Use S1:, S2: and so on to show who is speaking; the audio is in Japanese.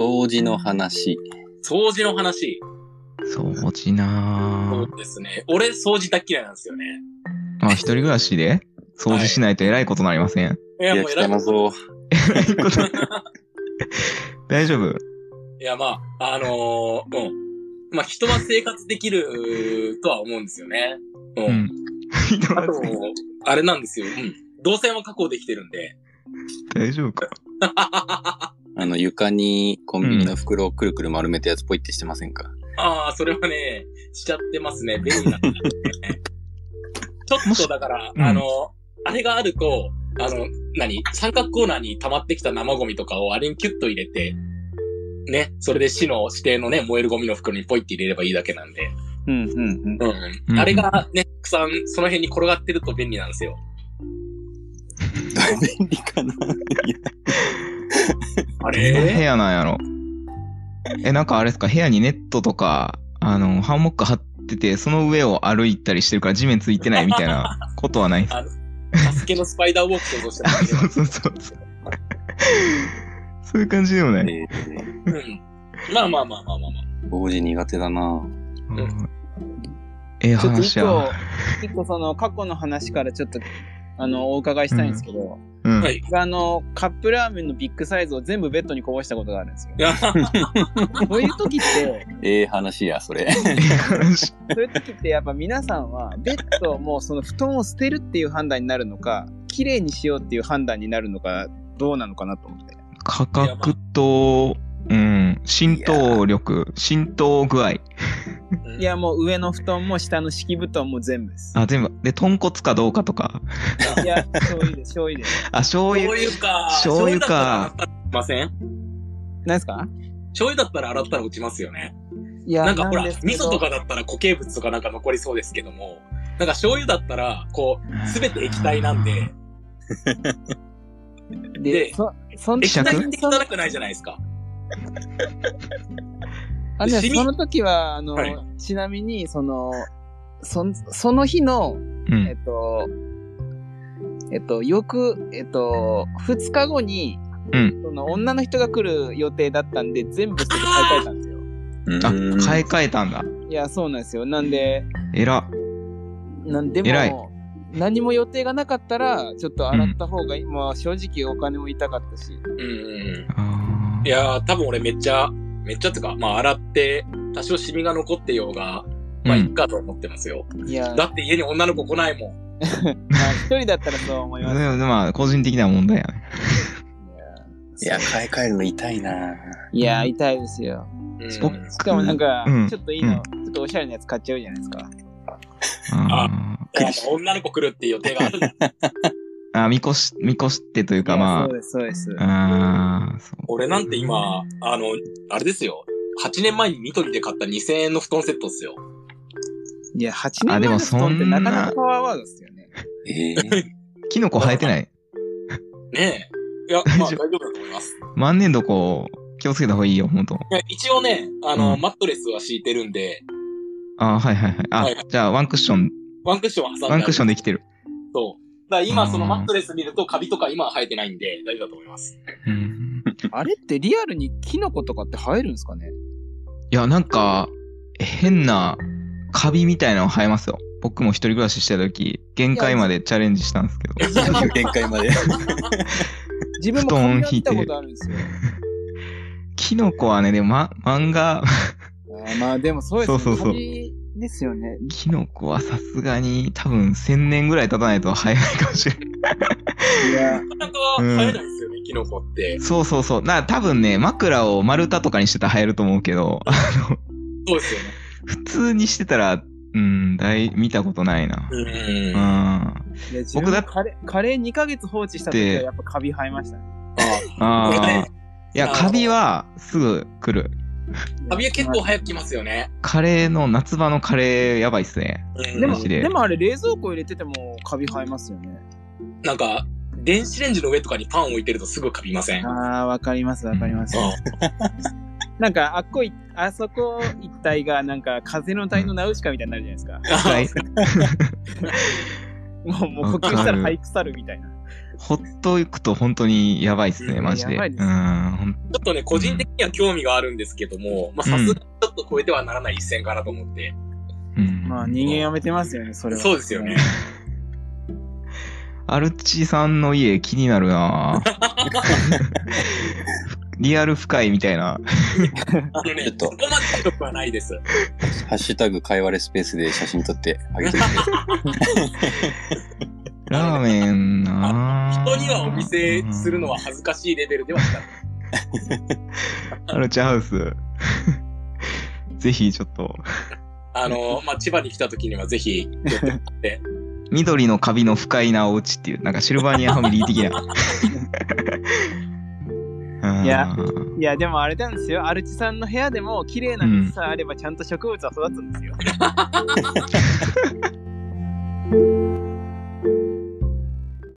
S1: 掃除の話。
S2: 掃除の話。
S3: 掃除な
S2: そう
S3: ぁ。
S2: ですね。俺、掃除大嫌いなんですよね。
S3: まあ、一人暮らしで掃除しないとえらいことになりません。
S1: い
S2: いや、
S1: や、
S2: もう偉い
S1: 汚そう。
S3: えらいこと。大丈夫
S2: いや、まあ、あのーうん。まあ、人は生活できるとは思うんですよね。うん。
S3: うん。人
S2: あ
S3: が
S2: と、あれなんですよ。うん。動線は確保できてるんで。
S3: 大丈夫か
S1: あの、床にコンビニの袋をくるくる丸めたやつポイってしてませんか、
S2: ああ、それはね、しちゃってますね。便利なんだ ね。ちょっとだから、
S3: うん
S2: あの、あれがあると、あの、何三角コーナーに溜まってきた生ゴミとかをあれにキュッと入れて、ね、それで市の指定のね、燃えるゴミの袋にポイって入れればいいだけなんで。
S1: うん、 うん、
S2: うん
S3: う
S2: うんん。あれがね、たくさんその辺に転がってると便利なんですよ。
S1: 便利かな
S2: あ
S3: どんな部屋なんやろえ、なんかあれですか部屋にネットとか、あの、ハンモック張ってて、その上を歩いたりしてるから地面ついてないみたいなことはないですか
S2: サスケのスパイダーウォーク想像して
S3: あ
S2: ます
S3: そうそうそうそう。そういう感じでもない。
S1: えー
S2: けど。うん。まあまあまあまあまあまあ。
S1: 掃除苦手だな
S3: うんええ
S4: ちょっと一
S3: 話
S4: 個
S3: や。、
S4: 一個その過去の話からちょっと、あの、お伺いしたいんですけど、
S3: うん。
S2: はい。
S4: あの、カップラーメンのビッグサイズを全部ベッドにこぼしたことがあるんですよ。こういう時って、
S1: ええ話や、それ。
S3: ええ話。
S4: そういう時ってやっぱ皆さんは、ベッドをもうその布団を捨てるっていう判断になるのか、綺麗にしようっていう判断になるのか、どうなのかなと思って。
S3: 価格と、うん、浸透力、浸透具合。
S4: いや、もう上の布団も下の敷布団も全部です。
S3: あ、全部。で、豚骨かどうかとか。
S4: いや、醤油です、醤油です。
S3: あ、醤
S2: 醤
S3: 油。
S2: 油か。
S3: 醤油か。
S2: だったら洗ったら落ちません
S4: 何ですか
S2: 醤油だったら洗ったら落ちますよね。
S4: いや
S2: なんかほら、
S4: で
S2: 味
S4: すけど
S2: 噌とかだったら固形物とかなんか残りそうですけども、なんか醤油だったら、こう、すべて液体なんで、
S4: で、
S2: で
S4: そ、その
S3: え
S4: 時
S2: 液
S3: 希釈
S2: 体って汚くないじゃないですか。
S4: あじゃあ
S2: シミ
S4: その時は、あの、
S2: はい
S4: ちなみに、その、そんその日の、
S3: う
S4: え
S3: ん。
S4: っと、えっと、よく、えっと、2日後に、
S3: うん
S4: その女の人が来る予定だったんで、全部それ買い替えたんですよ。
S3: あ、
S1: うん
S3: 買い替えたんだ。
S4: いや、そうなんですよ。なんで、
S3: えら。
S4: なんで
S3: 偉い
S4: も、何も予定がなかったら、ちょっと洗った方が今、まあ正直お金も痛かったし。
S2: うんうん
S3: あ
S2: うん。いやー、多分俺めっちゃ、めっちゃってか、まあ洗って、多少シミが残ってようが、
S3: ー
S2: まあい
S3: う
S2: っ
S3: ん。
S2: かと思ってますよ。
S4: いや、
S2: だって家に女の子来ないもん。
S4: まあ一人だったらそう思い
S3: で
S4: ま
S3: も
S4: す。いや
S3: まあ、個人的な問題やね。
S1: いや、買い替えるの痛いない
S4: や、痛いですよ。
S2: うん
S3: そっ
S4: しかもなんか
S3: うん、
S4: ちょっといいの、ちょっとおしゃれなやつ買っちゃうじゃないですか。
S3: あ
S2: あの女の子来るっていう予定がある。
S3: ーあ、見越し、見越してというか、
S4: いや
S3: ま
S4: そうです、そうです。
S3: あ、ああ、そう。
S2: 俺なんて今、あの、あれですよ。8年前にニトリで買った2000円の布団セットっすよ。
S4: いや、8年前の布団ってなかなかパワーワードですよね。
S1: ええ
S3: キノコ生えてない。
S2: ねえ。いや、まあ
S3: 大
S2: 大
S3: 丈
S2: 丈夫だと思います。
S3: 万年床を気をつけた方がいいよ、ほんと。
S2: いや一応ね、あの、
S3: うん
S2: マットレスは敷いてるんで、
S3: あーはいはいはい。あ、
S2: はい
S3: じゃあ、ワンクッション、
S2: ワンクッションは挟んである。
S3: ワンクッションできてる。
S2: そう。だから今そのマットレス見るとカビとか今は生えてないんで、大丈夫だと思います。
S3: うん。
S4: あれってリアルにキノコとかって生えるんですかね
S3: いや、なんか、変な、カビみたいなの生えますよ。僕も一人暮らししてた時、限界までチャレンジしたんですけど。
S1: 限界まで。
S3: 布団敷い
S4: 自分も髪を見
S3: て
S4: た
S3: る
S4: ことあるんですよ。
S3: キノコはね、でも、ま、漫画、
S4: あーまあでもそうですね。
S3: そうそうそう
S4: 鳥です よね。
S3: キノコはさすがに多分1000年ぐらい経たないと生えないかもしれない。
S4: いや、
S2: なかなか生えないですよね、キノコって。
S3: そうそうそう。な、多分ね、枕を丸太とかにしてたら生えると思うけど、あの、
S2: そうですよね。
S3: 普通にしてたら、うん、だい、見たことないな。
S2: うん。
S3: うん。
S2: あ
S3: あ
S4: いや自
S3: 僕だ
S4: 分カレーカレー2ヶ月放置した時はやっぱカビ生えましたね。
S3: あ。いや、
S2: あの
S3: カビはすぐ来る。
S2: カビは結構早く来ますよね。
S3: カレーの、夏場のカレーやばいっすね。
S2: うん
S4: でも、
S3: マジで
S4: でもあれ冷蔵庫入れててもカビ生えますよね。
S2: なんか、電子レンジの上とかにパンを置いてるとすぐカビません。うん
S4: ああ、わかります、わかります。
S2: あ
S4: なんか、あっこい、あそこ一帯がなんか風の谷のナウシカみたいになるじゃないです
S3: 一
S4: か。
S3: 回。
S4: もう、もう呼吸したら肺腐るみたいな。
S3: ほっといくと本当にやばいっすね、
S4: うん
S3: マジで。
S4: やばいです
S3: うん、ほん
S2: ちょっとね、個人的には興味があるんですけども、まあ、さすがにちょっと超えてはならない一線かなと思って。
S3: うん
S4: まあ、人間やめてますよね、それは。
S2: そうですよね。
S3: アルチさんの家気になる なぁリアル深いみたい
S2: あ
S3: な。
S2: のね
S1: ちょっ、と
S2: そこまで広くはないです。
S1: ハッシュタグ、かいわれスペースで写真撮ってあげてみて。
S3: ラーメンなぁ
S2: 人にはお見せするのは恥ずかしいレベルではない。
S3: アルチハウス。 ぜひちょっと。
S2: あの、まあ、千葉に来た時にはぜひ、
S3: 緑のカビの不快なお家っていう、なんかシルバニアファミリー的な。
S4: いや
S3: うん
S4: いや、でもあれなんですよ。アルチさんの部屋でも、綺麗な水さえあれば、ちゃんと植物は育つんですよ。